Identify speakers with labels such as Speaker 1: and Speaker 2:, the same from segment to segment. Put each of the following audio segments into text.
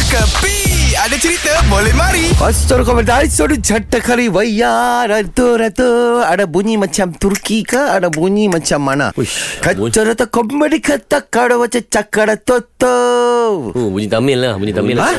Speaker 1: Kepi Ada cerita boleh mari
Speaker 2: Pastor komentar Sorry jata kali Waya Ratu ratu Ada bunyi macam Turki ke Ada bunyi macam mana
Speaker 3: Uish,
Speaker 2: Kacau rata komedi kata Kara wacah cakara toto
Speaker 4: Hmm,
Speaker 3: Oh, bunyi Tamil lah, bunyi Tamil
Speaker 2: Ha?
Speaker 3: lah.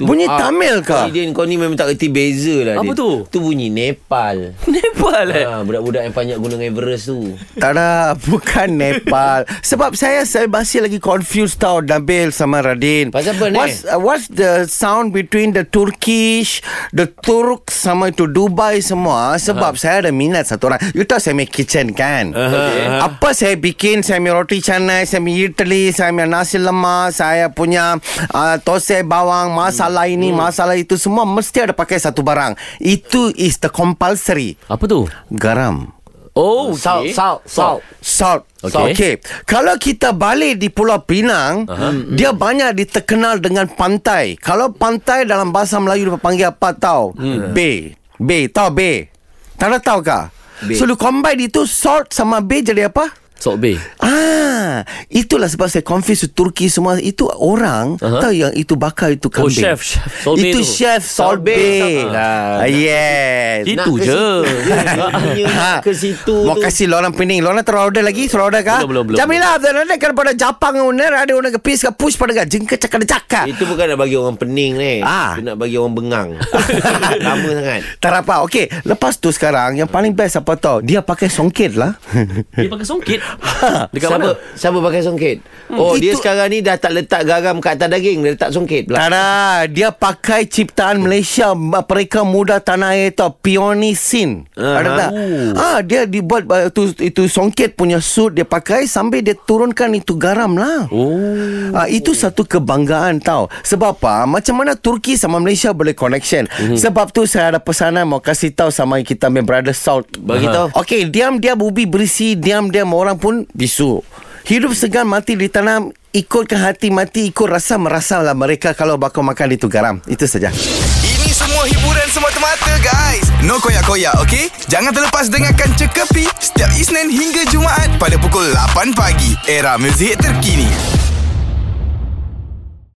Speaker 2: Bunyi Tamil ke?
Speaker 4: Din ah, kau ni memang tak kerti beza lah
Speaker 3: Apa
Speaker 4: Din.
Speaker 3: tu?
Speaker 4: Tu bunyi Nepal
Speaker 3: Nepal eh.
Speaker 4: ha, Budak-budak yang panjat gunung Everest tu
Speaker 2: Tak ada Bukan Nepal Sebab saya Saya masih lagi confused tau Nabil sama Radin
Speaker 4: Pasal apa ni?
Speaker 2: what's, uh, what's the sound Between the Turkish The Turk Sama itu Dubai semua Sebab uh-huh. saya ada minat Satu orang You tahu saya make kitchen kan uh-huh. Apa saya bikin Saya punya roti canai Saya punya Italy Saya punya nasi lemak Saya punya uh, Tosai bawang Masalah ini Masalah itu Semua mesti ada pakai satu barang Itu is the compulsory
Speaker 3: Apa tu?
Speaker 2: Garam
Speaker 3: Oh,
Speaker 4: Salt,
Speaker 3: okay.
Speaker 4: salt, salt
Speaker 2: Salt.
Speaker 3: Okey.
Speaker 2: Okay. Kalau kita balik di Pulau Pinang, uh-huh. dia banyak diterkenal dengan pantai. Kalau pantai dalam bahasa Melayu dia panggil apa tau? Hmm. Bay. Bay. Tahu bay? Tak ada tahu kah? So, lu combine itu salt sama bay jadi apa?
Speaker 3: Sok bay.
Speaker 2: Ah, itulah sebab saya confuse with Turki semua itu orang uh-huh. tahu yang itu bakar itu kambing.
Speaker 3: Oh, chef, chef. Solbay
Speaker 2: itu
Speaker 3: tu.
Speaker 2: chef solbay. Ah, yes.
Speaker 3: Itu
Speaker 4: ke
Speaker 3: je.
Speaker 4: situ, nak punya, nak ke situ
Speaker 2: Ha. Mau
Speaker 4: tu.
Speaker 2: kasih lorang pening Lorang terlalu order lagi Suruh order kah?
Speaker 3: Belum, belum, belum.
Speaker 2: Jamilah Abdul Nanda Kalau pada Japang Uner Ada orang ke pis ke Push pada ke Jengka cakap dia cakap
Speaker 4: Itu bukan nak bagi orang pening ni
Speaker 2: Ah.
Speaker 4: Itu nak bagi orang bengang Lama sangat
Speaker 2: Tak apa Okey Lepas tu sekarang Yang paling best apa tau Dia pakai songkit lah
Speaker 3: Dia pakai songkit. Ha, Dekat
Speaker 4: siapa,
Speaker 3: mana? Hmm.
Speaker 4: Siapa pakai songkit? Oh
Speaker 2: Hmm.
Speaker 4: dia
Speaker 2: Itu-
Speaker 4: sekarang ni dah tak letak garam kat atas daging Dia letak songkit pula
Speaker 2: Tak ada Dia pakai ciptaan Malaysia Mereka muda tanah air tau Pionisin uh-huh. Ada tak? Ah, dia dibuat uh, tu, Itu songket punya suit Dia pakai Sambil dia turunkan itu garam lah
Speaker 3: Oh.
Speaker 2: Ah, itu satu kebanggaan tau. Sebab apa? Macam mana Turki sama Malaysia boleh connection. Mm-hmm. Sebab tu saya ada pesanan mau kasih tahu sama kita my brother Salt. Bagi tahu. Okey, diam dia bubi berisi, diam dia orang pun bisu. Hidup segan mati ditanam ikutkan hati mati ikut rasa merasa lah mereka kalau bakal makan itu garam. Itu saja.
Speaker 1: Ini semua hiburan semata-mata guys No koyak-koyak ok Jangan terlepas dengarkan Cekapi Setiap Isnin hingga Jumaat Pada pukul 8 pagi Era muzik terkini